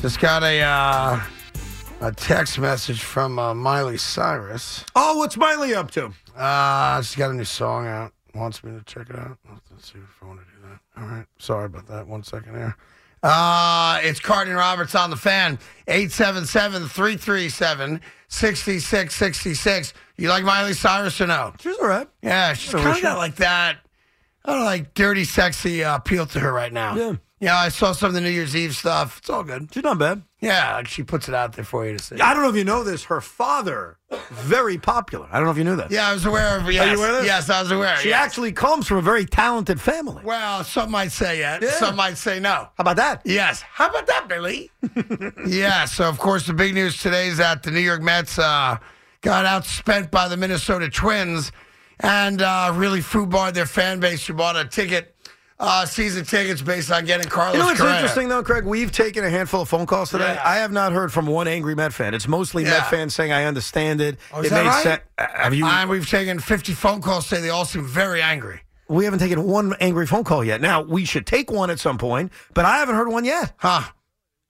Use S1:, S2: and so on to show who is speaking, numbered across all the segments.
S1: Just got a uh, a text message from uh, Miley Cyrus.
S2: Oh, what's Miley up to?
S1: Uh, she's got a new song out. Wants me to check it out. Let's see if I want to do that. All right. Sorry about that. One second here. Uh, it's Cardin Roberts on the fan. 877-337-6666. You like Miley Cyrus or no?
S2: She's all right.
S1: Yeah, she's
S2: Yeah,
S1: kind
S2: we
S1: of
S2: should.
S1: got like that, I don't know, like dirty, sexy uh, appeal to her right now.
S2: Yeah.
S1: Yeah, I saw some of the New Year's Eve stuff. It's all good.
S2: She's not bad.
S1: Yeah, like she puts it out there for you to see.
S2: I don't know if you know this. Her father, very popular. I don't know if you knew that.
S1: Yeah, I was aware of. Yes,
S2: aware of this?
S1: yes, I was aware.
S2: She
S1: yes.
S2: actually comes from a very talented family.
S1: Well, some might say yes.
S2: Yeah.
S1: Some might say no.
S2: How about that?
S1: Yes. How about that, Billy? yeah. So, of course, the big news today is that the New York Mets uh, got outspent by the Minnesota Twins and uh, really foobarred their fan base who bought a ticket, uh, season tickets based on getting Carlos
S2: You know what's
S1: Correa.
S2: interesting though, Craig? We've taken a handful of phone calls today.
S1: Yeah.
S2: I have not heard from one angry Met fan. It's mostly
S1: Yeah.
S2: Met fans saying I understand it.
S1: Oh, is
S2: it
S1: that right?
S2: sen- Uh, Have you?
S1: And we've taken 50 phone calls today. They all seem very angry.
S2: we haven't taken one angry phone call yet. Now we should take one at some point, but I haven't heard one yet.
S1: Huh.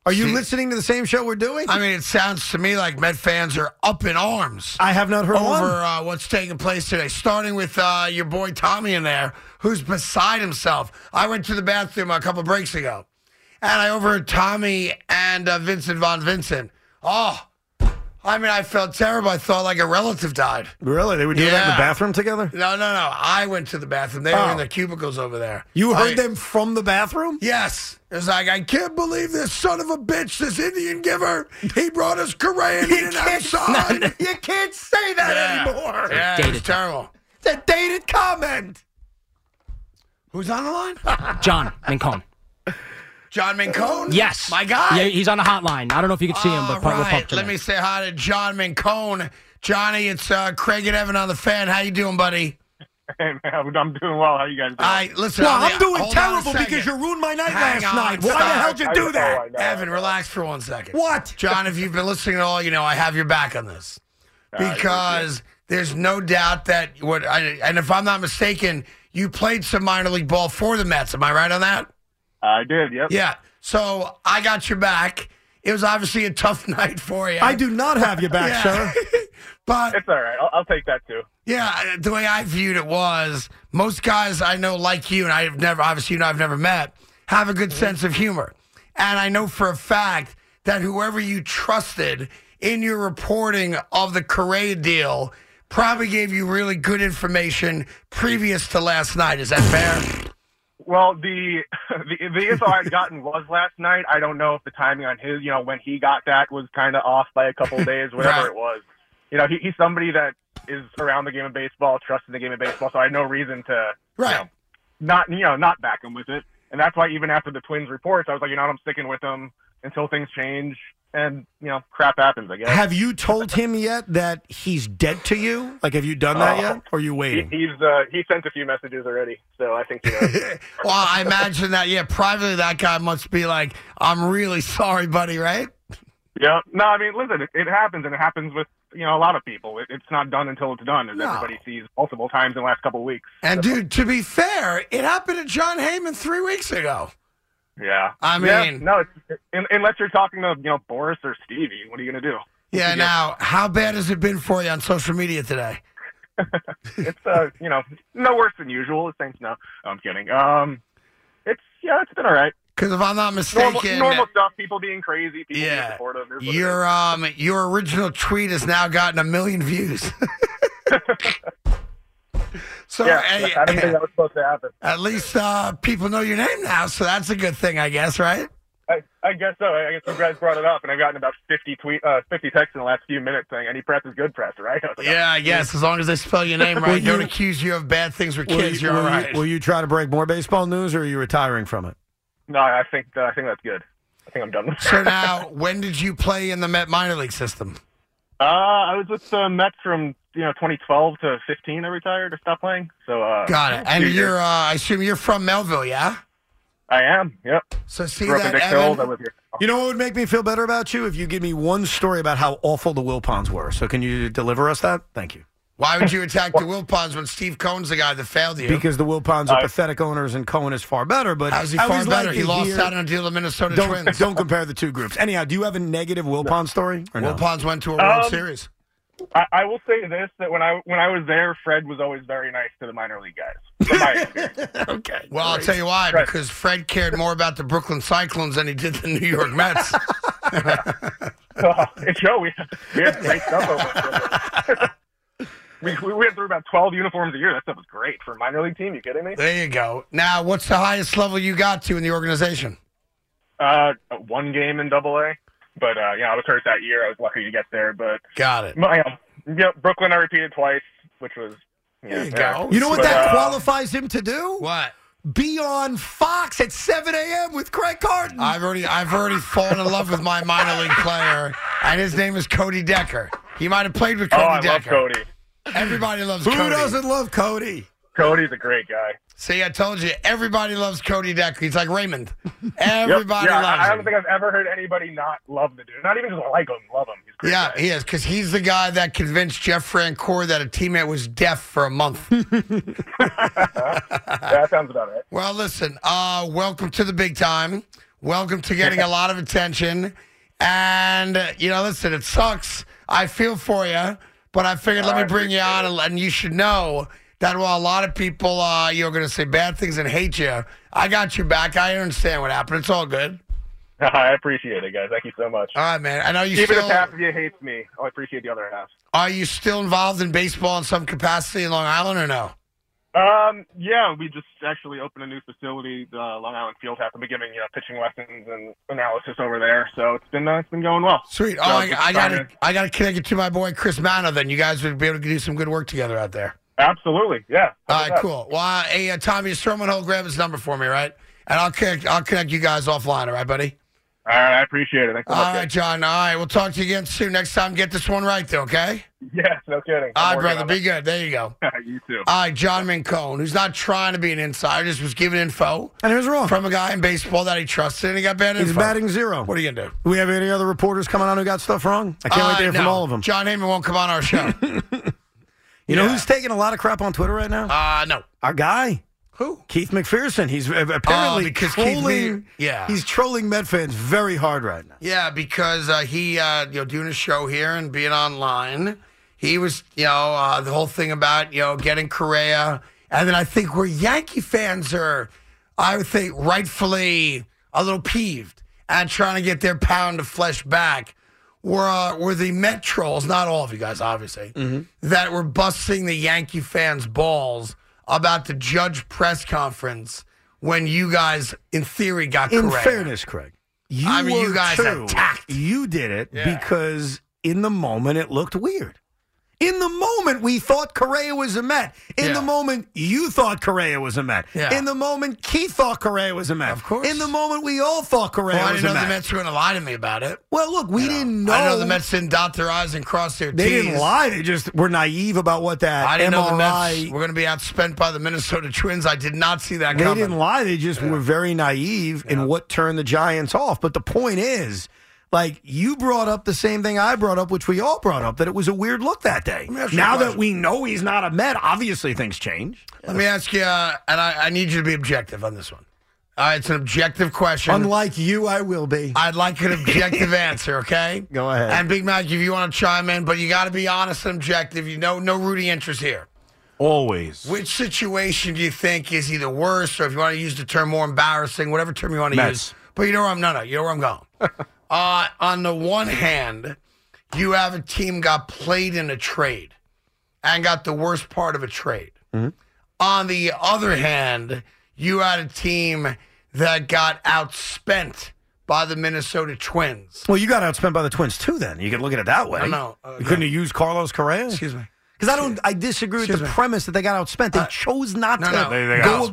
S2: Are you
S1: See-
S2: listening to the same show we're doing?
S1: I mean, it sounds to me like Met fans are up in arms.
S2: I have not heard one.
S1: over uh, what's taking place today. Starting with uh, your boy Tommy in there, who's beside himself. I went to the bathroom a couple breaks ago, and I overheard Tommy and uh, Vincent Von Vincent. Oh, I mean, I felt terrible. I thought like a relative died.
S2: Really? They were doing that in
S1: Yeah.
S2: the bathroom together?
S1: No, no, no. I went to the bathroom. They were
S2: Oh.
S1: in their cubicles over there.
S2: You heard
S1: I-
S2: them from the bathroom?
S1: Yes. It's like, I can't believe this son of a bitch, this Indian giver, he brought us Korean in and outside.
S2: you can't say that anymore.
S1: Yeah,
S3: Dated.
S1: it's terrible.
S2: It's a dated comment.
S1: Who's on the line?
S3: John Mincone.
S1: John Mincone?
S3: Yes.
S1: My guy?
S3: Yeah, he's on the hotline. I don't know if you can see him, but
S1: All
S3: probably
S1: right,
S3: we'll pump
S1: Let
S3: him.
S1: me say hi to John Mincone. Johnny, it's uh, Craig and Evan on the fan. How you doing, buddy?
S4: Hey, man, I'm, uh, I'm doing well. How you guys doing?
S1: All right, listen.
S2: No,
S1: on the-
S2: I'm doing
S1: hold on a
S2: terrible because
S1: second.
S2: you ruined my night
S1: Hang
S2: last
S1: on,
S2: night. Why
S1: stop.
S2: the hell did
S4: I
S2: you
S4: know,
S2: do that?
S4: I know.
S1: Evan, relax for one second.
S2: What?
S1: John, if you've been listening at all, you know I have your back on this
S4: appreciate
S1: because there's no doubt that what I, and if I'm not mistaken, you played some minor league ball for the Mets. Am I right on that?
S4: I did. Yep.
S1: Yeah. So I got your back. It was obviously a tough night for you.
S2: I do not have your back,
S1: Yeah.
S2: sir.
S1: but
S4: It's all right. I'll, I'll take that too.
S1: Yeah, uh, the way I viewed it was most guys I know like you, and I've never, obviously, you and I've never met, have a good sense of humor. And I know for a fact that whoever you trusted in your reporting of the Correa deal probably gave you really good information previous to last night. Is that fair?
S4: Well, the the, the info I'd gotten was last night. I don't know if the timing on his, you know, when he got that was kind of off by a couple of days, whatever
S1: Right.
S4: it was. You know, he, he's somebody that is around the game of baseball, trusts in the game of baseball, so I had no reason to
S1: Right.
S4: not, you know, not back him with it. And that's why even after the Twins reports, I was like, you know, what, I'm sticking with him until things change, and you know, crap happens, I guess.
S2: Have you told him yet that he's dead to you? Like, have you done
S1: Uh,
S2: that
S4: Oh.
S2: yet? Or are you
S4: He,
S2: waiting?
S4: he's uh, he sent a few messages already, so I think you know.
S1: well, I imagine that, yeah, privately, that guy must be like, I'm really sorry, buddy, right?
S4: Yeah. No, I mean, listen, it, it happens, and it happens with you know a lot of people. It, it's not done until it's done, as
S1: No.
S4: everybody sees multiple times in the last couple of weeks.
S1: And, dude, to be fair, it happened to John Heyman three weeks ago.
S4: Yeah.
S1: I
S4: Yeah,
S1: mean-
S4: no, it's, un unless you're talking to you know Boris or Stevie, what are you gonna do?
S1: Yeah,
S4: Yeah.
S1: now, how bad has it been for you on social media today?
S4: It's uh, you know, no worse than usual. Thanks. No, I'm kidding. Um, it's yeah, it's been all right.
S1: Because if I'm not
S4: Normal,
S1: mistaken,
S4: normal stuff. People being crazy. People
S1: Yeah.
S4: being supportive. There's what it
S1: your um your original tweet has now gotten a million views. so
S4: is. yeah.
S1: hey,
S4: I didn't think that was supposed to happen.
S1: at least uh, people know your name now, so that's a good thing, I guess, right?
S4: I, I guess so. I guess you guys brought it up, and I've gotten about 50 tweet, uh, 50 texts in the last few minutes saying any press is good press, right? I was like,
S1: Yeah, I guess as long as they spell your name right,
S2: you-
S1: don't accuse you of bad things with
S2: Will
S1: kids.
S2: you,
S1: are all
S2: will you-
S1: right.
S2: will you try to break more baseball news, or are you retiring from it?
S4: No, I think uh, I think that's good. I think I'm done with
S1: so now, when did you play in the Met minor league system?
S4: Uh, I was with the Mets from you know 2012 to 15. I retired. I stopped playing. So uh,
S1: Got it.
S4: two
S1: And
S4: years.
S1: you're, uh, I assume you're from Melville, yeah?
S4: I am. Yep.
S1: So see
S4: Grew up in
S1: that,
S4: Dick Hills. I
S1: Evan.
S4: live here.
S2: You know what would make me feel better about you? If you give me one story about how awful the Wilpons were. So can you deliver us that? Thank you.
S1: Why would you attack the Wilpons when Steve Cohen's the guy that failed you?
S2: Because the Wilpons are
S4: Uh,
S2: pathetic owners and Cohen is far better. But
S1: How's he
S2: I
S1: far
S2: always
S1: better?
S2: like
S1: he
S2: to
S1: lost
S2: hear-
S1: out on a deal to Minnesota
S2: Don't,
S1: Twins.
S2: don't compare the two groups. Anyhow, do you have a negative Wilpon story? Or no?
S1: Wilpons went to a World
S4: Um,
S1: Series.
S4: I, I will say this: that when I when I was there, Fred was always very nice to the minor league guys. From my experience.
S2: okay.
S1: Well, I'll tell you why.
S4: Right.
S1: Because Fred cared more about the Brooklyn Cyclones than he did the New York Mets.
S4: Uh, and Joe, we, we had great stuff over there. we, we went through about 12 uniforms a year. That stuff was great for a minor league team. You kidding me?
S1: there you go. Now, what's the highest level you got to in the organization?
S4: Uh, one game in double A. But, uh, yeah, I was hurt that year. I was lucky to get there. But,
S1: Got it.
S4: my, um, yeah, Brooklyn, I repeated twice, which was.
S1: There you
S4: yeah.
S1: go.
S2: You know what
S4: But,
S2: that
S4: uh,
S2: qualifies him to do?
S1: What?
S2: Be on Fox at 7 a.m. with Craig Carton.
S1: I've already I've already fallen in love with my minor league player, and his name is Cody Decker. He might have played with
S4: Oh,
S1: Cody
S4: I love
S1: Decker.
S4: Cody.
S1: Everybody loves
S2: Who
S1: Cody.
S2: doesn't love Cody?
S4: Cody's a great guy.
S1: See, I told you, everybody loves Cody Decker. He's like Raymond. Everybody
S4: yeah, I, I
S1: loves
S4: don't
S1: him.
S4: think I've ever heard anybody not love the dude. Not even just like him, love him. He's a great
S1: yeah,
S4: guy.
S1: he is, because he's the guy that convinced Jeff Francoeur that a teammate was deaf for a month.
S4: that sounds about right.
S1: Well, listen, uh, welcome to the big time. Welcome to getting a lot of attention. And, uh, you know, listen, it sucks. I feel for you, but I figured let me
S4: I
S1: bring you on,
S4: appreciate
S1: and, and you should know that while a lot of people uh, you're going to say bad things and hate you, I got you back. I understand what happened. It's all good.
S4: I appreciate it, guys. Thank you so much.
S1: All right, man. I know you
S4: Even
S1: still
S4: if half of you hates me, I appreciate the other half.
S1: are you still involved in baseball in some capacity in Long Island or no?
S4: Um, yeah, we just actually opened a new facility, the Long Island Field House. I've been giving you know, pitching lessons and analysis over there, so it's been uh, it's been going well.
S1: Sweet. Oh,
S4: No,
S1: I,
S4: just
S1: I got to
S4: trying to-
S1: I got to connect you to my boy Chris Mano. Then you guys would be able to do some good work together out there.
S4: Absolutely, yeah.
S1: All right, cool. Well, uh, hey, uh, Tommy Stromanhole, grab his number for me, right? And I'll connect, I'll connect you guys offline, all right, buddy?
S4: All right, I appreciate it. Thanks so
S1: All
S4: much,
S1: right, John. All right, we'll talk to you again soon. Next time, get this one right, though, okay?
S4: guys. Yes, no kidding.
S1: All
S4: I'm
S1: right,
S4: working
S1: brother.
S4: on
S1: Be good. There you go.
S4: that. you too.
S1: All right, John Mincone, who's not trying to be an insider, just was giving info
S2: And here's wrong.
S1: from a guy in baseball that he trusted, and he got bad
S2: He's
S1: info.
S2: batting zero.
S1: What are you going to do?
S2: Do we have any other reporters coming on who got stuff wrong? I can't wait to hear
S1: Uh,
S2: from
S1: no.
S2: all of them.
S1: John Heyman won't come on our show.
S2: You know
S1: Yeah.
S2: who's taking a lot of crap on Twitter right now?
S1: uh, no.
S2: Our guy,
S1: Who?
S2: Keith McPherson. He's uh, apparently
S1: because Keith
S2: trolling.
S1: Mead- yeah.
S2: he's trolling Met fans very hard right now.
S1: Yeah, because uh, he, uh, you know, doing a show here and being online, he was, you know, uh, the whole thing about, you know, getting Correa. And then I think where Yankee fans are, I would think, rightfully a little peeved and trying to get their pound of flesh back were, uh, were the Met trolls, not all of you guys, obviously,
S2: Mm-hmm.
S1: that were busting the Yankee fans' balls about the Judge press conference when you guys, in theory, got
S2: In
S1: Correa.
S2: fairness, Craig, you
S1: I mean, you
S2: were
S1: guys
S2: too.
S1: attacked.
S2: You did it
S1: Yeah.
S2: because in the moment it looked weird. In the moment, we thought Correa was a Met. In
S1: Yeah.
S2: the moment, you thought Correa was a Met.
S1: Yeah.
S2: In the moment, Keith thought Correa was a Met.
S1: Of course.
S2: In the moment, we all thought Correa
S1: Well, I
S2: was
S1: didn't know
S2: a Met.
S1: the Mets were going to lie to me about it.
S2: Well, look, we didn't know.
S1: I know the Mets didn't dot their I's and cross their
S2: They
S1: T's.
S2: didn't lie. They just were naive about what that
S1: I didn't know the
S2: MRI.
S1: Mets were going to be outspent by the Minnesota Twins. I did not see that
S2: they
S1: coming.
S2: didn't lie. They just were very naive in what turned the Giants off. But the point is, like you brought up the same thing I brought up, which we all brought up, that it was a weird look that day.
S1: me
S2: Now
S1: ask you a
S2: that
S1: question.
S2: we know he's not a Met, obviously things change.
S1: Let me ask you, uh, and I, I need you to be objective on this one. Uh, it's an objective question.
S2: Unlike you, I will be.
S1: I'd like an objective answer, okay?
S2: Go ahead.
S1: And Big Mac, if you want to chime in, but you got to be honest and objective. You know, no rooting interest here.
S5: Always.
S1: Which situation do you think is either worse, or if you want to use the term more embarrassing, whatever term you want to
S5: Mets.
S1: use? But you know where I'm no no, you know where I'm going. uh, on the one hand, you have a team got played in a trade and got the worst part of a trade. On the other hand, you had a team that got outspent by the Minnesota Twins.
S2: well, you got outspent by the Twins too. Then you could look at it that way.
S1: I know. Uh,
S2: you couldn't have used Carlos Correa.
S1: Excuse me.
S2: Because I don't. I disagree with
S1: Excuse
S2: the
S1: me. Uh,
S2: premise that they got outspent. They chose not
S1: no,
S2: to
S1: no.
S5: They- they got
S2: go
S5: outspent.
S1: They got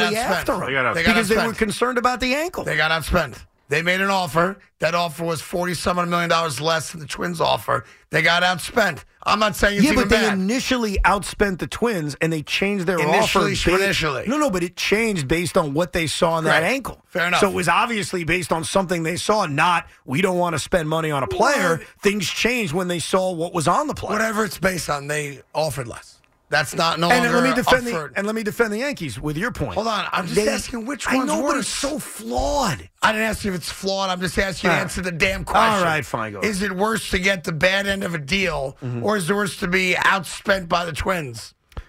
S2: aggressively
S1: outspent.
S2: after him
S5: They got
S2: because they
S1: outspent.
S2: were concerned about the ankle.
S1: They got outspent. They made an offer. That offer was forty some odd million dollars less than the Twins' offer. They got outspent. I'm not saying it's
S2: Yeah,
S1: even
S2: but they
S1: bad.
S2: initially outspent the Twins, and they changed their
S1: Initially,
S2: offer. ba-
S1: initially.
S2: no, no, but it changed based on what they saw in that
S1: Right.
S2: ankle.
S1: Fair enough.
S2: So it was obviously based on something they saw, not we don't want to spend money on a player. Things changed when they saw what was on the player.
S1: Whatever it's based on, they offered less. That's not no
S2: And
S1: longer
S2: let me defend the
S1: offered.
S2: and let me defend the Yankees with your point.
S1: Hold on, I'm just asking which
S2: I
S1: one's
S2: know, but it's
S1: worse.
S2: so flawed.
S1: I didn't ask you if it's flawed. I'm just asking you to
S2: All right.
S1: answer the damn question.
S2: All right, fine, go ahead.
S1: Is
S2: Mm-hmm.
S1: it worse to get the bad end of a deal, or is it worse to be outspent by the Twins? Which is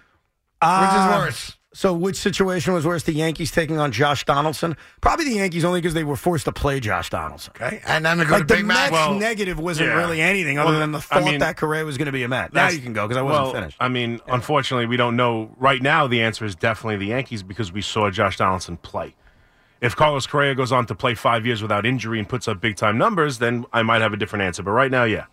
S2: Ah,
S1: worse?
S2: So, which situation was worse? The Yankees taking on Josh Donaldson? Probably the Yankees, only because they were forced to play Josh Donaldson.
S1: Okay, and I'm gonna go
S2: Like
S1: to
S2: the
S1: Big Mac.
S2: Mets
S1: Well,
S2: negative wasn't
S5: yeah.
S2: really anything other
S5: Well,
S2: than the
S5: I
S2: thought
S5: mean,
S2: that Correa was going to be a Met. Now
S5: That's-
S2: you can go because I wasn't
S5: well,
S2: finished.
S5: I mean, unfortunately, we don't know right now. The answer is definitely the Yankees because we saw Josh Donaldson play. If Carlos Correa goes on to play five years without injury and puts up big time numbers, then I might have a different answer. But right now, yeah,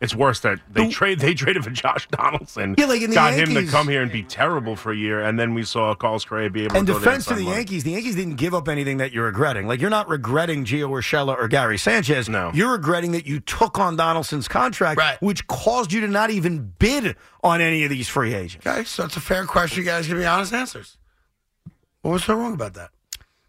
S5: it's worse that they trade they traded for Josh Donaldson.
S2: Yeah, like in the
S5: got him to
S2: Yankees-
S5: come here and be terrible for a year, and then we saw Carlos Correa be able
S2: and
S5: to go there
S2: defense to
S5: sign
S2: the
S5: money.
S2: Yankees, the Yankees didn't give up anything that you're regretting. Like you're not regretting Gio Urshela or Gary Sanchez.
S5: No.
S2: you're regretting that you took on Donaldson's contract,
S1: Right.
S2: which caused you to not even bid on any of these free agents.
S1: okay, so it's a fair question. You guys give me honest answers. What was so wrong about that?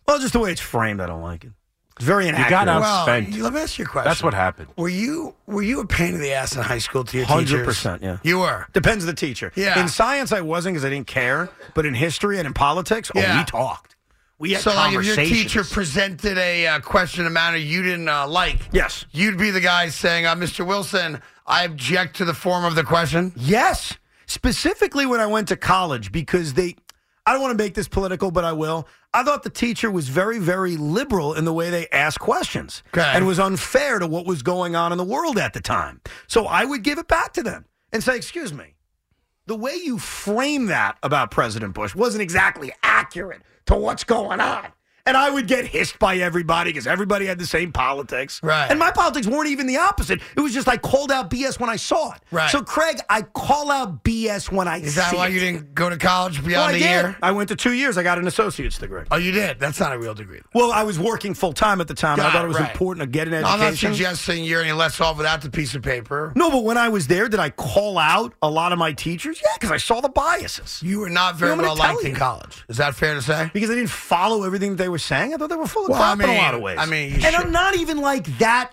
S2: Well, just the way it's framed, I don't like it. It's very inaccurate.
S5: got out-
S1: Well,
S5: Outspent.
S1: you, let me ask you a question.
S5: That's what happened.
S1: Were you were you a pain in the ass in high school to your teachers?
S2: 100%, yeah.
S1: You were.
S2: Depends the teacher.
S1: Yeah.
S2: In science, I wasn't because I didn't care. But in history and in politics, oh,
S1: Yeah.
S2: we talked. We had
S1: So, like, if your
S2: conversations.
S1: teacher presented a uh, question in a manner you didn't uh, like,
S2: Yes.
S1: you'd be the guy saying, uh, "Mr. Wilson, I object to the form of the question."
S2: Yes, specifically when I went to college because they I don't want to make this political, but I will. I thought the teacher was very, very liberal in the way they asked questions
S1: Okay.
S2: and was unfair to what was going on in the world at the time. So I would give it back to them and say, Excuse me, the way you frame that about President Bush wasn't exactly accurate to what's going on. And I would get hissed by everybody because everybody had the same politics.
S1: Right.
S2: And my politics weren't even the opposite. It was just I called out BS when I saw it.
S1: Right.
S2: So Craig, I call out BS when I
S1: Is that
S2: see
S1: why
S2: it.
S1: you didn't go to college
S2: Well, I
S1: beyond a
S2: did.
S1: year?
S2: I went to two years. I got an associate's degree.
S1: Oh, you did. That's not a real degree.
S2: Well, I was working full time at the time. and I
S1: Got
S2: thought it was
S1: right.
S2: important to get an education.
S1: I'm not suggesting you're any less off without the piece of paper.
S2: no, but when I was there, did I call out a lot of my teachers? Yeah, because I saw the biases.
S1: You were not very
S2: You know, I'm
S1: well
S2: gonna tell
S1: liked in
S2: you.
S1: college. Is that fair to say?
S2: Because I didn't follow everything they were saying. I thought they were full of
S1: Well,
S2: crap
S1: I
S2: in
S1: mean-
S2: a lot of ways.
S1: I mean, you
S2: and
S1: should-
S2: I'm not even like that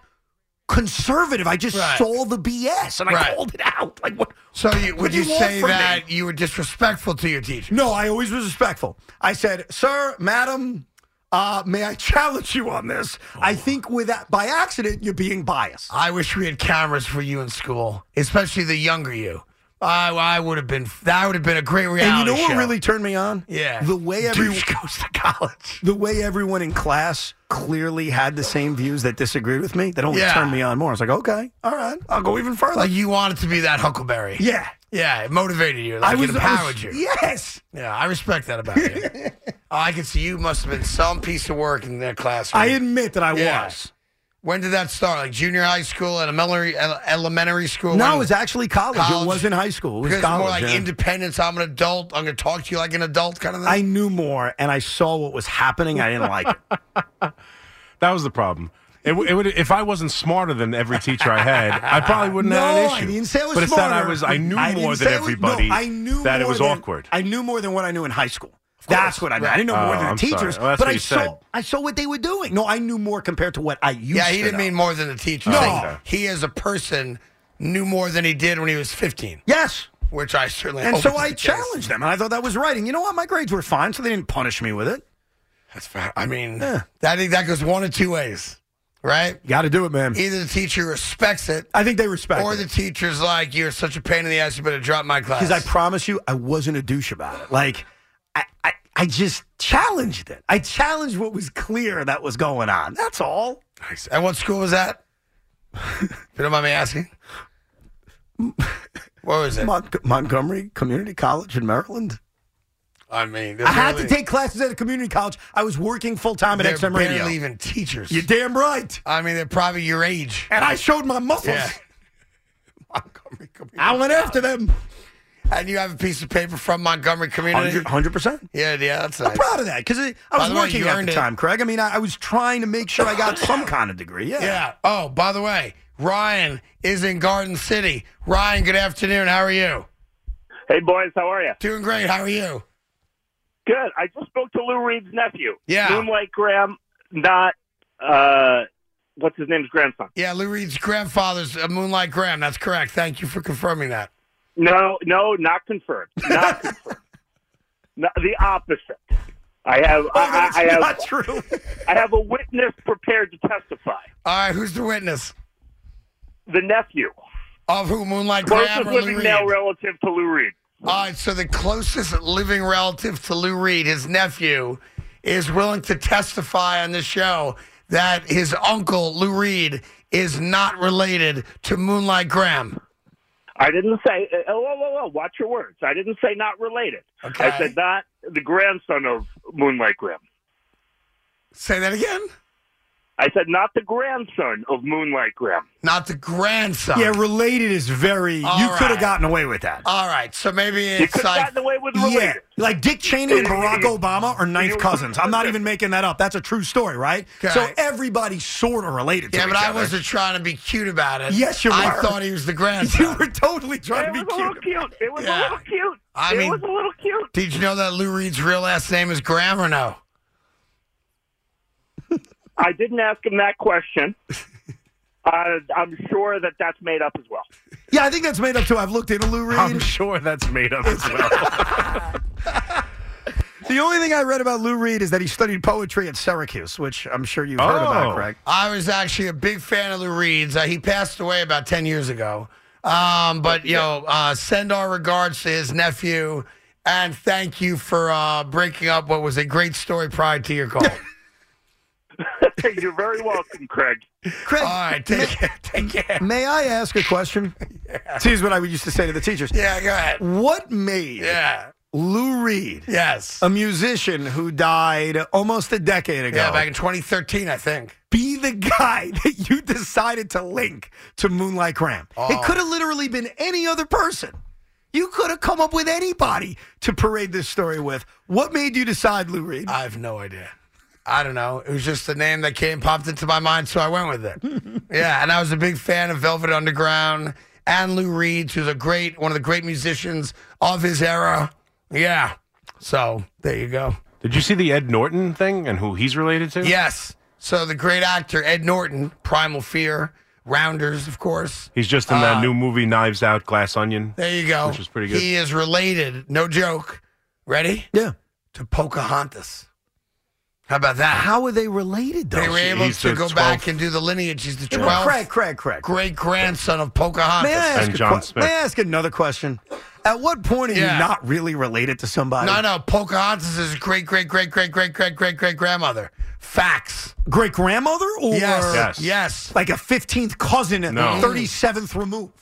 S2: conservative. I just
S1: Right.
S2: saw the BS and I
S1: Right.
S2: called it out. Like what?
S1: So, you,
S2: what
S1: would
S2: do
S1: you,
S2: want
S1: say
S2: from me?
S1: that you were disrespectful to your teacher?
S2: No, I always was respectful. I said, "Sir, madam, uh, may I challenge you on this?
S1: Oh,
S2: I think with that, by accident you're being biased."
S1: I wish we had cameras for you in school, especially the younger you. I, I would have been that would have been a great reality
S2: And you know what
S1: show.
S2: really turned me on?
S1: Yeah.
S2: the way everyone
S1: Douche goes to college.
S2: the way everyone in class clearly had the same views that disagreed with me. That only
S1: Yeah.
S2: turned me on more. I was like, "Okay, all right, I'll go even further."
S1: Like you wanted to be that Huckleberry.
S2: yeah,
S1: Yeah, it motivated you. Like it
S2: I
S1: empowered you.
S2: Yes.
S1: Yeah, I respect that about you. oh, I can see you must have been some piece of work in that classroom.
S2: I admit that I
S1: Yeah.
S2: was.
S1: when did that start? Like junior high school, and elementary, ele- elementary school.
S2: No,
S1: When-
S2: it was actually college.
S1: College.
S2: It wasn't high school. It was
S1: because it's
S2: college.
S1: more like
S2: yeah.
S1: independence. I'm an adult. I'm gonna talk to you like an adult, kind of thing.
S2: I knew more, and I saw what was happening. I didn't like it.
S5: That was the problem. It, w- it would, if I wasn't smarter than every teacher I had, I probably wouldn't have
S2: no,
S5: an
S2: I
S5: issue.
S2: didn't say I was
S5: but it's that I
S2: smarter.
S5: was. I knew
S2: didn't
S5: more
S2: say
S5: than
S2: I was-
S5: everybody.
S2: no, I knew
S5: that it
S2: more
S5: was
S2: than-
S5: awkward.
S2: I knew more than what I knew in high school. That's what I mean. I didn't know more than
S5: Oh,
S2: the
S5: I'm sorry.
S2: teachers,
S5: Well, that's
S2: but
S5: what
S2: I
S5: you
S2: saw
S5: said.
S2: I saw what they were doing. No, I knew more compared to what I used.
S1: yeah,
S2: to
S1: he didn't
S2: know.
S1: mean more than the teacher.
S2: No.
S1: Like, he as a person knew more than he did when he was 15,
S2: Yes,
S5: Oh,
S1: which I certainly.
S2: and
S1: hope
S2: so
S1: is
S2: I
S1: the case.
S2: challenged them, and I thought that was right. And you know what? My grades were fine, so they didn't punish me with it.
S1: That's fair. I mean, that that goes one of two ways, right?
S2: Got to do it, man.
S1: Either the teacher respects it,
S2: I think they respect.
S1: or the teacher's like, "You're such a pain in the ass. You better drop my class."
S2: because I promise you, I wasn't a douche about it. Like, I, I, I just challenged it. I challenged what was clear that was going on. That's all.
S1: Nice. And what school was that? if you don't mind me asking. What was it?
S2: Mon- Montgomery Community College in Maryland.
S1: I mean,
S2: I had to take classes at a community college. I was working full time at
S1: they're
S2: XM
S1: barely
S2: Radio.
S1: even teachers.
S2: You're damn right.
S1: I mean, they're probably your age.
S2: And I showed my muscles.
S1: Yeah. Montgomery Community
S2: I went after them.
S1: and you have a piece of paper from Montgomery community.
S2: 100 percent.
S1: Yeah, yeah, that's
S2: I'm
S1: nice.
S2: proud of that because I
S1: the
S2: was
S1: way,
S2: working
S1: you
S2: at
S1: earned
S2: the
S1: it.
S2: time, Craig. I mean, I, I was trying to make sure I got some kind of degree. Yeah.
S1: Yeah. Oh, by the way, Ryan is in Garden City. Ryan, good afternoon. How are you?
S6: Hey, boys, how are you?
S1: Doing great. How are you?
S6: Good. I just spoke to Lou Reed's nephew.
S1: Yeah.
S6: Moonlight Graham, not, uh, what's his name's grandson?
S1: Yeah, Lou Reed's grandfather's uh, Moonlight Graham. That's correct. Thank you for confirming that.
S6: No, no, not confirmed. Not confirmed. No, the opposite. I have,
S1: Oh,
S6: I, I, I have,
S2: Oh, Not true.
S6: I have a witness prepared to testify.
S1: All right, who's the witness
S6: The nephew,
S1: of who Moonlight
S6: closest
S1: Graham or Lou
S6: living
S1: Reed?
S6: male relative to Lou Reed.
S1: All right, so the closest living relative to Lou Reed, his nephew, is willing to testify on the show that his uncle Lou Reed is not related to Moonlight Graham.
S6: I didn't say. uh, Oh, whoa, whoa, whoa! Watch your words. I didn't say not related.
S1: Okay.
S6: I said not the grandson of Moonlight Graham.
S1: Say that again.
S6: I said not the grandson of Moonlight Graham.
S1: Not the grandson.
S2: yeah, related is very. you
S1: All
S2: could have
S1: right.
S2: gotten away with that.
S1: All right, so maybe
S6: You
S1: it's
S6: could have
S1: like
S6: gotten away with
S2: Yeah,
S6: related.
S2: like Dick Cheney and Barack Obama are ninth cousins. I'm not even making that up. That's a true story, right?
S1: Okay.
S2: So everybody's sort of related. To
S1: yeah, but
S2: each
S1: I
S2: other.
S1: wasn't trying to be cute about it.
S2: Yes, you
S1: I
S2: were.
S1: thought he was the
S2: You
S1: grandson.
S2: were totally trying
S6: It
S2: to be
S6: was a little
S2: cute.
S6: cute. It was
S1: Yeah.
S6: a little cute.
S1: I
S6: it
S1: mean-
S6: was a little cute.
S1: Did you know that Lou Reed's real last name is Graham or no?
S6: I didn't ask him that question. I, I'm sure that that's made up as well.
S2: Yeah, I think that's made up too. I've looked into Lou Reed.
S1: Oh,
S5: I'm sure that's made up as well.
S2: the only thing I read about Lou Reed is that he studied poetry at Syracuse, which I'm sure you've heard
S5: Oh.
S2: about, Craig.
S1: I was actually a big fan of Lou Reed's. Uh, he passed away about 10 years ago. Um, but, you know, uh, send our regards to his nephew and thank you for uh, breaking up what was a great story prior to your call.
S6: You're very welcome, Craig.
S2: Craig,
S1: All right, take care. Take care.
S2: may I ask a question? yeah. See, is what I used to say to the teachers.
S1: Yeah, go ahead.
S2: What made
S1: Yeah.
S2: Lou Reed,
S1: Yes.
S2: a musician who died almost a decade ago,
S1: Yeah, back in 2013, I think.
S2: be the guy that you decided to link to Moonlight Graham.
S1: Oh.
S2: It could have literally been any other person. You could have come up with anybody to parade this story with. What made you decide, Lou Reed?
S1: I have no idea. I don't know. It was just the name that came popped into my mind, so I went with it. yeah, and I was a big fan of Velvet Underground and Lou Reed, who's a great one of the great musicians of his era. Yeah. So there you go.
S5: Did you see the Ed Norton thing and who he's related to?
S1: Yes. So the great actor Ed Norton, Primal Fear, Rounders, of course.
S5: He's just in
S2: Uh,
S5: that new movie Knives Out, Glass Onion.
S1: There you go.
S5: Which was pretty good.
S1: He is related, no joke. Ready?
S2: yeah.
S1: To Pocahontas. How about that?
S2: How are they related, though?
S1: They were able
S5: Oh, he's
S1: to
S5: the
S1: go back
S5: 12th.
S1: and do the lineage. He's the
S2: Yeah,
S1: 12th
S2: Craig, Craig, Craig.
S1: great grandson of Pocahontas.
S2: May I, ask
S5: And
S2: a
S5: John
S2: que-
S5: Smith.
S2: may I ask another question? At what point are
S1: Yeah.
S2: you not really related to somebody?
S1: No, no, Pocahontas is great, great, great, great, great, great, great, great grandmother. Facts.
S2: Great grandmother or
S1: Yes. Yes.
S5: Yes.
S2: like a 15th cousin and
S5: No.
S2: 37th removed?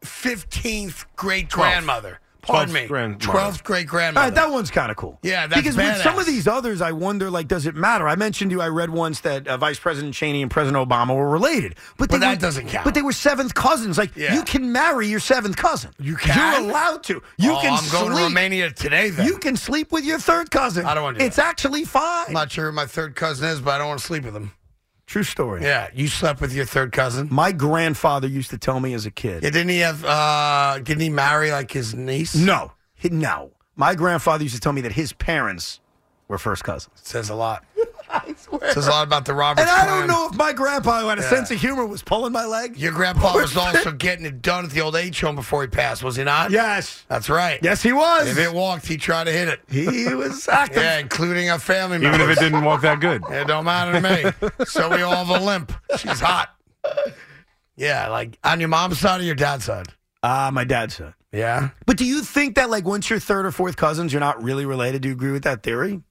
S1: 15th great grandmother. Pardon me.
S5: Twelfth grandmother.
S1: 12th great
S2: All
S1: grandmother.
S2: right, that one's kind of cool.
S1: Yeah, that's
S2: because with some
S1: badass.
S2: of these others, I wonder, like, does it matter? I mentioned to you, I read once that uh, Vice President Cheney and President Obama were related, but,
S1: But
S2: they
S1: that
S2: were-
S1: doesn't count.
S2: But they were seventh cousins. Like,
S1: Yeah.
S2: you can marry your seventh cousin.
S1: You can?
S2: You're allowed to. You
S1: Oh,
S2: can
S1: I'm
S2: sleep.
S1: going to Romania today then.
S2: You can sleep with your third cousin.
S1: I don't wanna do
S2: It's actually
S1: I'm
S2: fine.
S1: not sure who my third cousin is, but I don't want to sleep with him.
S2: True story.
S1: Yeah, you slept with your third cousin.
S2: My grandfather used to tell me as a kid.
S1: Yeah, didn't he have? uh Didn't he marry like his niece?
S2: No, He- no. My grandfather used to tell me that his parents were first cousins.
S1: it says a lot. Says a lot about the Roberts.
S2: And I don't
S1: clan.
S2: know if my grandpa, who had a sense of humor, was pulling my leg.
S1: Your grandpa was also getting it done at the old age home before he passed, was he not?
S2: Yes.
S1: That's right.
S2: Yes, he was.
S1: If it walked, he tried to hit it.
S2: he was active.
S1: Yeah, including a family member.
S5: Even if it didn't walk that good.
S1: It don't matter to me. so we all have a limp. She's hot. Yeah, like on your mom's side or your dad's side?
S2: Ah, my dad's son.
S1: Yeah.
S2: But do you think that, like, once you're third or fourth cousins, you're not really related? Do you agree with that theory?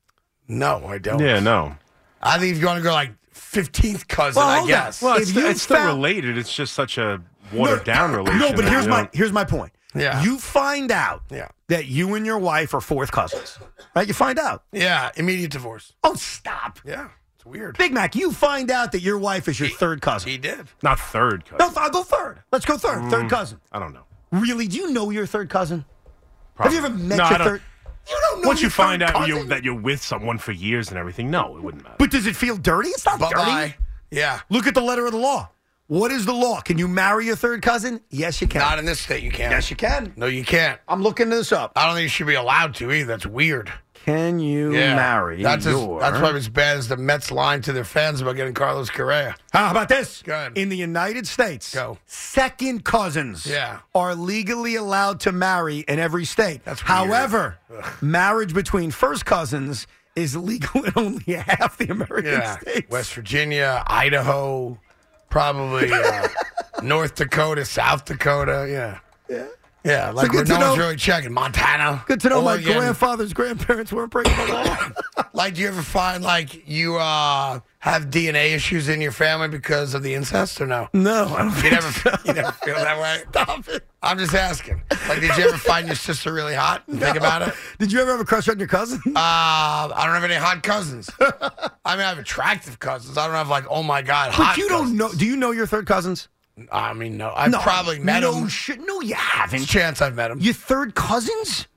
S1: No, I don't.
S5: Yeah, no.
S1: I think if you want to go like 15th cousin,
S2: Well,
S1: I
S2: hold on.
S1: guess.
S5: Well,
S2: If
S5: it's,
S2: you
S5: st- it's still
S2: found-
S5: related. It's just such a watered down relation.
S2: No, but
S5: that
S2: here's
S5: you
S2: my
S5: don't-
S2: here's my point.
S1: Yeah.
S2: You find out
S1: Yeah.
S2: that you and your wife are fourth cousins. Right? You find out.
S1: Yeah, immediate divorce.
S2: Oh, stop.
S1: Yeah, it's weird.
S2: Big Mac, you find out that your wife is your third cousin.
S1: He did.
S5: Not third
S2: No,
S5: cousin. Mm.
S2: I'll go third. Let's go third. Third cousin.
S5: I don't know.
S2: Really? Do you know your third cousin?
S5: Probably.
S2: Have you ever met
S5: no,
S2: your
S5: I don't-
S2: third? You don't know
S5: Once
S2: your
S5: you find
S2: third
S5: out you
S2: cousin?
S5: that you're with someone for years and everything, no, it wouldn't matter.
S2: But does it feel dirty? It's not
S1: Bye
S2: dirty.
S1: bye. Yeah.
S2: Look at the letter of the law. What is the law? Can you marry your third cousin? Yes, you can.
S1: Not in this state, you can't.
S2: yes, you can.
S1: No, you can't.
S2: I'm looking this up.
S1: I don't think you should be allowed to either. That's weird.
S2: Can you
S1: Yeah.
S2: marry
S1: That's as,
S2: your?
S1: that's probably as bad as the Mets lying to their fans about getting Carlos Correa.
S2: How about this?
S1: Go ahead.
S2: In the United States,
S1: Go.
S2: second cousins
S1: Yeah.
S2: are legally allowed to marry in every state.
S1: That's weird.
S2: However, marriage between first cousins is legal in only half the American
S1: Yeah.
S2: states.
S1: West Virginia, Idaho, probably uh, North Dakota, South Dakota. Yeah. Yeah. Yeah. Like
S2: good
S1: where
S2: to
S1: no one's
S2: know-
S1: really checking. Montana.
S2: Good to know my
S1: Oregon.
S2: grandfather's grandparents weren't breaking the law.
S1: Like, do you ever find like you uh, have DNA issues in your family because of the incest or no?
S2: no, I don't
S1: You
S2: think
S1: never,
S2: so.
S1: you never feel that way. Stop it. I'm just asking. Like, did you ever find your sister really hot? Think about it.
S2: Did you ever have a crush on your cousin?
S1: Uh, I don't have any hot cousins. I mean, I have attractive cousins. I don't have like, oh my god, hot.
S2: but you don't know. Do you know your third cousins?
S1: know. I mean, no. I've probably met
S2: no,
S1: him.
S2: shit- no, you haven't.
S1: Chance I've met him.
S2: Your third cousins?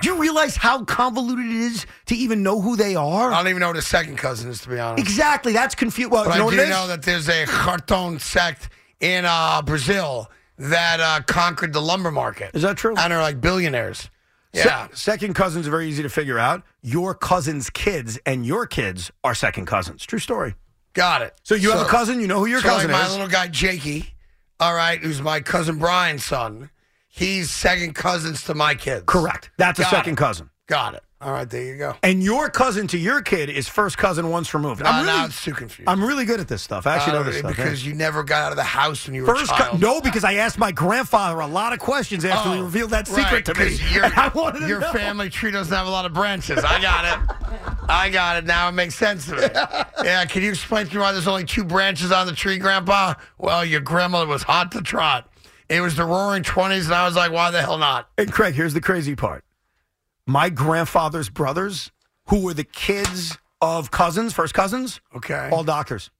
S2: Do you realize how convoluted it is to even know who they are?
S1: I don't even know what a second cousin is, to be honest.
S2: exactly. That's confused. Well,
S1: But
S2: you know
S1: I
S2: what
S1: do
S2: it is?
S1: know that there's a Khartoum sect in uh, Brazil that uh, conquered the lumber market.
S2: Is that true?
S1: And are like billionaires.
S2: Se-
S1: Yeah.
S2: second cousins are very easy to figure out. Your cousin's kids and your kids are second cousins. True story.
S1: Got it.
S2: So you have a cousin, you know who your
S1: so
S2: cousin
S1: like my
S2: is.
S1: little guy Jakey, all right, who's my cousin Brian's son. He's second cousins to my kids.
S2: Correct. That's a
S1: Got
S2: second
S1: it.
S2: cousin.
S1: Got it. All right, there you go.
S2: And your cousin to your kid is first cousin once removed.
S1: Uh,
S2: I'm,
S1: now
S2: really,
S1: it's too confusing. Uh,
S2: I'm really good at this stuff. I actually know this stuff. yeah.
S1: because you never got out of the house when you were
S2: First,
S1: a
S2: co-
S1: child. Oh,
S2: no, because I asked my grandfather a lot of questions after he revealed that secret to me.
S1: Your,
S2: And I wanted to
S1: your
S2: know.
S1: family tree doesn't have a lot of branches. I got it. I got it. Now it makes sense to me. yeah, can you explain to me why there's only two branches on the tree, Grandpa? Well, your grandmother was hot to trot. It was the roaring 20s, and I was like, why the hell not?
S2: And Craig, here's the crazy part. My grandfather's brothers, who were the kids of cousins, first cousins,
S1: Okay.
S2: all doctors.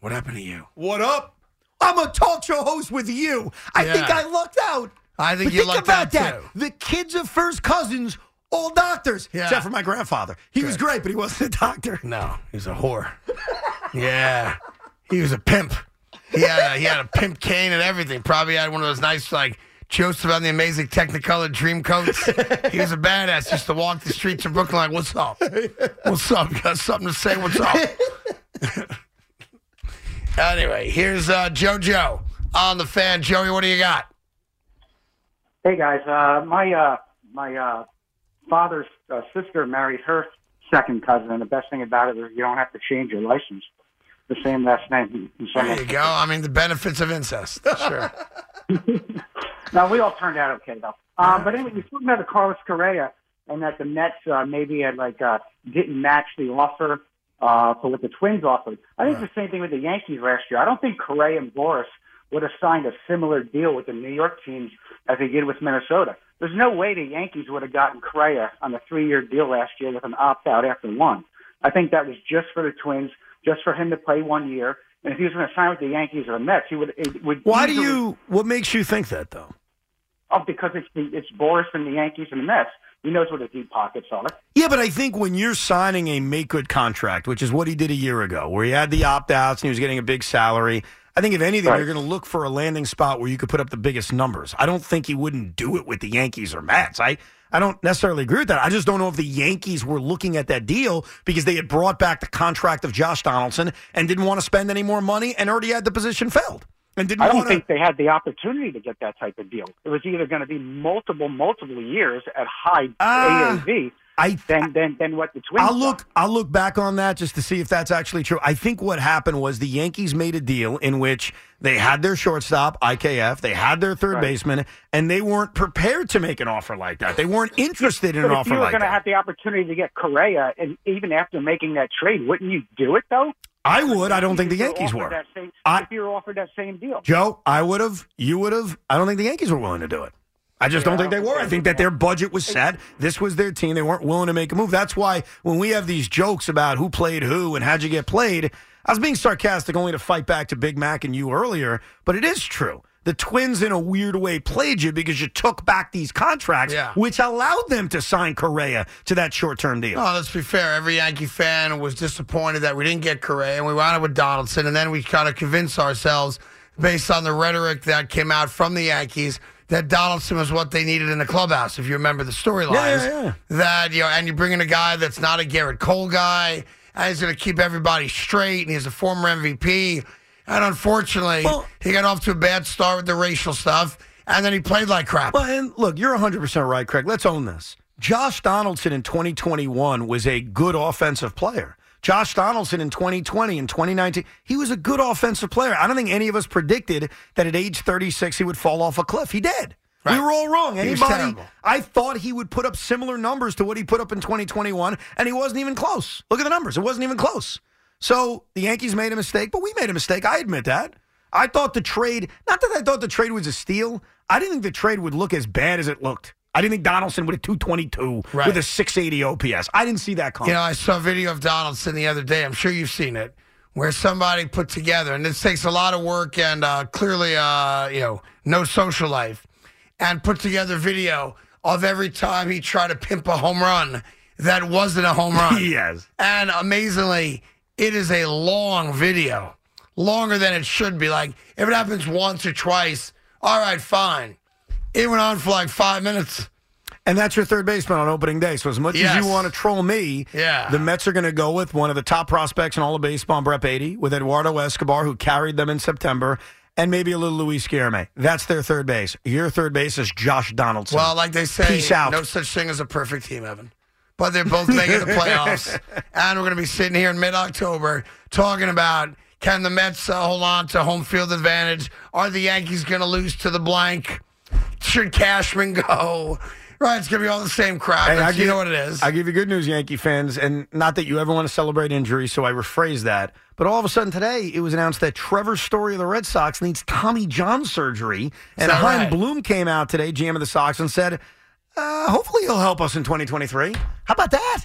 S1: What happened to you?
S2: What up? I'm a talk show host with you. I
S1: Yeah.
S2: think I lucked out.
S1: I think
S2: but
S1: you
S2: think
S1: lucked
S2: about
S1: out,
S2: that.
S1: too.
S2: The kids of first cousins, all doctors,
S1: Yeah.
S2: except for my grandfather. He was great, but he wasn't a doctor.
S1: No, he was a whore. yeah, he was a pimp. He had a, he had a pimp cane and everything. Probably had one of those nice like Joseph on the Amazing Technicolor dream coats. he was a badass. Used to walk the streets of Brooklyn like, "What's up? What's up? You got something to say? What's up?" anyway, here's uh, JoJo on the fan. Joey, what do you got?
S7: Hey guys, uh, my uh, my uh, father's uh, sister married her second cousin, and the best thing about it is you don't have to change your license. The same last name. and so
S1: There you go. I mean, the benefits of incest. Sure.
S7: No, we all turned out okay though. Um, but anyway, you're talking about the Carlos Correa and that the Mets uh, maybe had, like uh, didn't match the offer uh, for what the Twins offered. I think it's the same thing with the Yankees last year. I don't think Correa and Boris would have signed a similar deal with the New York teams as they did with Minnesota. There's no way the Yankees would have gotten Correa on a three-year deal last year with an opt-out after one. I think that was just for the Twins, just for him to play one year. And if he was going to sign with the Yankees or the Mets, he would. It would
S2: Why do
S7: easily-
S2: you? What makes you think that though?
S7: Oh, because it's the it's Boris and the Yankees and the Mets. He knows what his deep pockets are.
S2: Yeah, but I think when you're signing a make good contract, which is what he did a year ago, where he had the opt outs and he was getting a big salary, I think if anything,
S7: Right.
S2: you're going to look for a landing spot where you could put up the biggest numbers. I don't think he wouldn't do it with the Yankees or Mets. I, I don't necessarily agree with that. I just don't know if the Yankees were looking at that deal because they had brought back the contract of Josh Donaldson and didn't want to spend any more money and already had the position filled. And didn't
S7: I don't
S2: wanna-
S7: think they had the opportunity to get that type of deal. It was either going to be multiple, multiple years at high
S2: Ah.
S7: AAV
S2: I
S7: than than than what the Twins.
S2: I'll
S7: got.
S2: look. I'll look back on that just to see if that's actually true. I think what happened was the Yankees made a deal in which they had their shortstop IKF, they had their third baseman, and they weren't prepared to make an offer like that. They weren't interested in an
S7: But if you
S2: offer
S7: were
S2: like
S7: going to
S2: that.
S7: have the opportunity to get Correa, and even after making that trade, wouldn't you do it though?
S2: I would. I don't think the
S7: If you were
S2: Yankees
S7: offered
S2: were.
S7: that same-
S2: I-
S7: if you were offered that same deal,
S2: Joe, I would have. You would have. I don't think the Yankees were willing to do it. I just don't think they were. I think that their budget was set. This was their team. They weren't willing to make a move. That's why when we have these jokes about who played who and how'd you get played, I was being sarcastic only to fight back to Big Mac and you earlier, but it is true. the Twins, in a weird way, played you because you took back these contracts,
S1: Yeah.
S2: which allowed them to sign Correa to that short-term deal.
S1: Oh, let's be fair. Every Yankee fan was disappointed that we didn't get Correa, and we wound up with Donaldson, and then we kind of convinced ourselves, based on the rhetoric that came out from the Yankees, that Donaldson was what they needed in the clubhouse. If you remember the storylines,
S2: yeah, yeah.
S1: that you know, and you bring in a guy that's not a Garrett Cole guy, and he's going to keep everybody straight, and he's a former MVP. And unfortunately,
S2: Well-
S1: he got off to a bad start with the racial stuff, and then he played like crap.
S2: Well, and look, you're 100% right, Craig. Let's own this. Josh Donaldson in 2021 was a good offensive player. Josh Donaldson in 2020 and 2019, he was a good offensive player. I don't think any of us predicted that at age 36 he would fall off a cliff. He did. We
S1: Right.
S2: were all wrong.
S1: He was
S2: Anybody,
S1: terrible.
S2: I thought he would put up similar numbers to what he put up in 2021, and he wasn't even close. Look at the numbers. It wasn't even close. So the Yankees made a mistake, but we made a mistake. I admit that. I thought the trade, not that I thought the trade was a steal, I didn't think the trade would look as bad as it looked. I didn't think Donaldson would have 222
S1: Right.
S2: with a 680 OPS. I didn't see that coming.
S1: You know, I saw a video of Donaldson the other day. I'm sure you've seen it, where somebody put together, and this takes a lot of work and uh, clearly, uh, you know, no social life, and put together video of every time he tried to pimp a home run that wasn't a home run.
S2: yes.
S1: And amazingly, it is a long video, longer than it should be. Like, if it happens once or twice, all right, fine. It went on for like five minutes.
S2: And that's your third baseman on opening day. So as much as
S1: Yes.
S2: you want to troll me,
S1: Yeah.
S2: the Mets are going to go with one of the top prospects in all of baseball, Brett Beatty, with Eduardo Escobar, who carried them in September, and maybe a little Luis Guillorme. That's their third base. Your third base is Josh Donaldson.
S1: Well, like they say,
S2: Peace out.
S1: no such thing as a perfect team, Evan. But they're both making the playoffs, and we're going to be sitting here in mid-October talking about can the Mets uh, hold on to home field advantage? Are the Yankees going to lose to the blank? Should Cashman go? Right, it's going to be all the same crap.
S2: Hey, I
S1: It's- you
S2: give-
S1: know what it is.
S2: I'll give you good news, Yankee fans, and not that you ever want to celebrate injury, so I rephrase that. But all of a sudden today, it was announced that Trevor Story of the Red Sox needs Tommy John surgery. And
S1: that
S2: Heim
S1: right?
S2: Bloom came out today, GM of the Sox, and said, uh, hopefully he'll help us in 2023. How about that?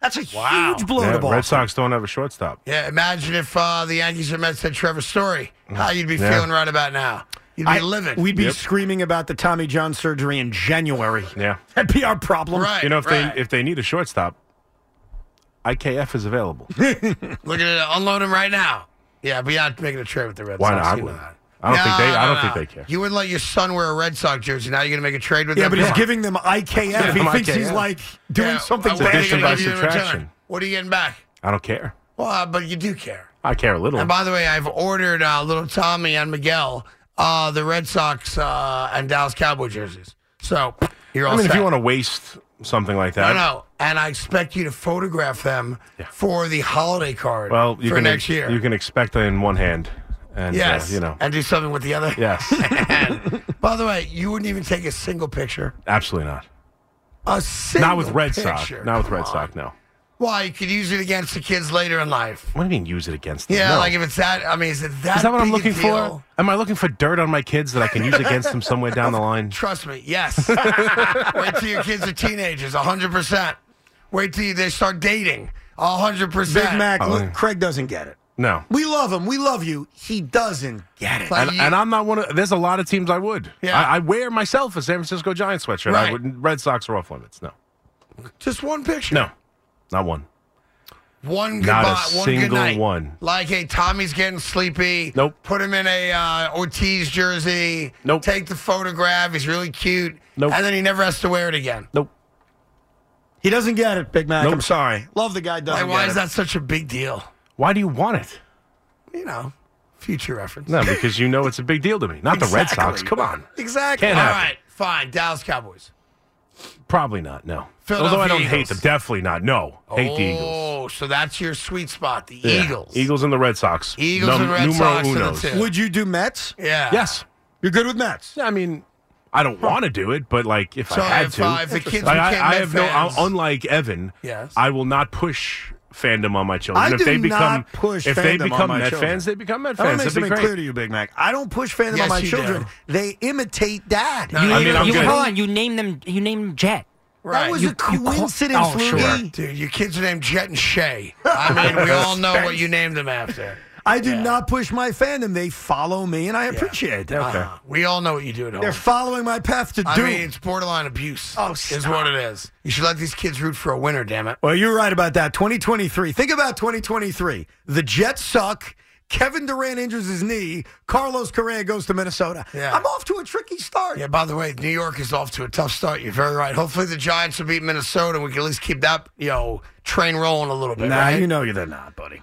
S2: That's a huge blow
S5: Yeah,
S2: to Boston.
S5: Red Sox don't have a shortstop.
S1: yeah, imagine if uh, the Yankees and Mets had Trevor Story. How you'd be
S5: Yeah.
S1: feeling right about now? You'd be
S2: Mm-hmm. I-
S1: livid.
S2: We'd be
S5: Yep.
S2: screaming about the Tommy John surgery in January.
S5: Yeah.
S2: That'd be our problem.
S1: right.
S5: You know, if
S1: right.
S5: they if they need a shortstop, IKF is available.
S1: Look at it. Unload him right now. Yeah, but you're not making a trade with the Red
S5: Why
S1: Sox.
S5: not?
S1: You know
S5: I
S1: that.
S5: don't think they- I don't think they care.
S1: You wouldn't let your son wear a Red Sox jersey. Now you're going to make a trade with
S2: Yeah,
S1: them?
S2: but he's
S1: Come on.
S2: giving them IKF. he
S5: them
S2: thinks he's
S5: IKF.
S2: like doing
S1: Yeah,
S2: something
S1: what are they
S2: bad.
S5: Addition
S1: gonna
S5: by
S1: give you in return?
S5: subtraction.
S1: What are you getting back?
S5: I don't care.
S1: Well, uh, but you do care.
S5: I care a little.
S1: And by the way, I've ordered uh, little Tommy and Miguel uh, the Red Sox uh, and Dallas Cowboy jerseys. So you're all
S5: I mean,
S1: set.
S5: if you want to waste something like
S1: no,
S5: that,
S1: no, and I expect you to photograph them for the holiday card
S5: well, you
S1: for
S5: can
S1: next year.
S5: you can expect it in one hand, and uh,
S1: yes,
S5: you know,
S1: and do something with the other.
S5: yes,
S1: And, by the way, you wouldn't even take a single picture.
S5: absolutely not.
S1: A single
S5: Not with Red Sox.
S1: picture.
S5: Not with Red Sox. No.
S1: Why? You could use it against the kids later in life.
S5: What do you mean use it against them?
S1: Yeah,
S5: No.
S1: like if it's that. I mean, is it that?
S5: is that what I'm
S1: big a
S5: looking for?
S1: deal?
S5: Am I looking for dirt on my kids that I can use against them somewhere down the line?
S1: Trust me. Yes. Wait till your kids are teenagers. hundred percent. Wait till you, they start dating. hundred
S2: Big
S1: percent.
S2: Mac,
S5: Oh,
S2: look,
S5: yeah.
S2: Craig doesn't get it.
S5: No.
S2: We love him. We love you. He doesn't get it.
S1: Like
S5: And,
S1: you-
S5: and I'm not one of. There's a lot of teams I would.
S1: Yeah.
S5: I, I wear myself a San Francisco Giants sweatshirt.
S1: Right.
S5: I wouldn't. Red Sox are off limits. No.
S1: just one picture.
S5: No. Not one.
S1: One goodbye.
S5: Not a
S1: one good
S5: single
S1: night.
S5: one.
S1: Like, hey, Tommy's getting sleepy.
S5: Nope.
S1: Put him in a uh, Ortiz jersey.
S5: Nope.
S1: Take the photograph. He's really cute.
S5: Nope.
S1: And then he never has to wear it again.
S5: Nope.
S2: He doesn't get it, Big Mac.
S5: Nope.
S2: I'm sorry. Love the guy. Doesn't
S1: Like, why
S2: get
S1: is
S2: it.
S1: that such a big deal?
S5: Why do you want it?
S1: You know, future reference.
S5: No, because you know it's a big deal to me. Not the Red Sox.
S1: Exactly.
S5: Come on.
S1: Exactly.
S5: Can't
S1: All
S5: happen.
S1: right, fine. Dallas Cowboys.
S5: Probably not. No.
S1: Philadelphia
S5: Although I don't hate
S1: Eagles.
S5: them. Definitely not. No. Hate
S1: oh,
S5: the Eagles.
S1: so that's your sweet spot, the
S5: Yeah.
S1: Eagles.
S5: Eagles and the Red Sox.
S1: Eagles and Red
S5: numero
S1: Sox are the
S5: unos.
S1: two.
S2: Would you do Mets?
S1: Yeah.
S5: Yes.
S2: You're good with Mets.
S5: I mean, I don't want to do it, but like if
S1: So
S5: I had
S1: if,
S5: to,
S1: uh, if the kids
S5: Like,
S1: became
S5: I, I
S1: Met
S5: have no. I'll,
S1: fans-
S5: unlike Evan,
S1: Yes.
S5: I will not push fandom on my children.
S2: I
S5: if
S2: do
S5: they become
S2: not push
S5: if they
S2: fandom on
S5: become
S2: my
S5: Met
S2: children.
S5: fans, they become Met
S2: I want
S5: fans.
S2: to make
S5: That'd
S2: something
S5: be great.
S2: clear to you, Big Mac. I don't push fandom on
S1: Yes,
S2: my
S1: you
S2: children.
S1: do.
S2: They imitate dad.
S1: No,
S3: You
S5: I
S3: named
S5: mean,
S3: them-
S5: I'm
S3: you-
S5: good.
S3: hold on, you named them. You named them Jet.
S1: Right.
S2: That was
S1: You-
S2: a
S3: you call-
S2: coincidence,
S3: Oh, sure.
S2: Lugie.
S1: Dude, your kids are named Jet and Shay. I mean, we all know what you named them after.
S2: I I do not push my fandom. They follow me, and I appreciate that.
S5: Okay.
S1: Uh-huh. We all know what you do at home.
S2: They're following my path to
S1: I
S2: doom.
S1: mean, it's borderline abuse.
S2: Oh,
S1: is
S2: stop.
S1: what it is. You should let these kids root for a winner. Damn it.
S2: Well, you're right about that. 2023. Think about 2023. The Jets suck. Kevin Durant injures his knee. Carlos Correa goes to Minnesota.
S1: Yeah.
S2: I'm off to a tricky start.
S1: Yeah. By the way, New York is off to a tough start. You're very right. Hopefully, the Giants will beat Minnesota. and We can at least keep that you know train rolling a little bit.
S2: Nah,
S1: right?
S2: you know you're not, buddy.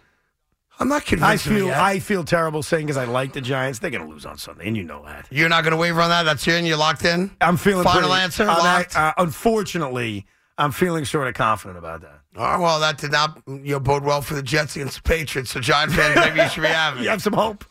S1: I'm not convinced.
S2: I
S1: of it
S2: feel
S1: yet.
S2: I feel terrible saying because I like the Giants. They're gonna lose on Sunday, and you know that.
S1: You're not going to waver on that. That's in. You're locked in.
S2: I'm feeling
S1: Final
S2: pretty-
S1: answer,
S2: I'm
S1: locked?
S2: uh, unfortunately, I'm feeling sort of confident about that.
S1: Oh, well, that did not you know, bode well for the Jets against the Patriots. So, Giant fans, maybe you should be having.
S2: You have some hope.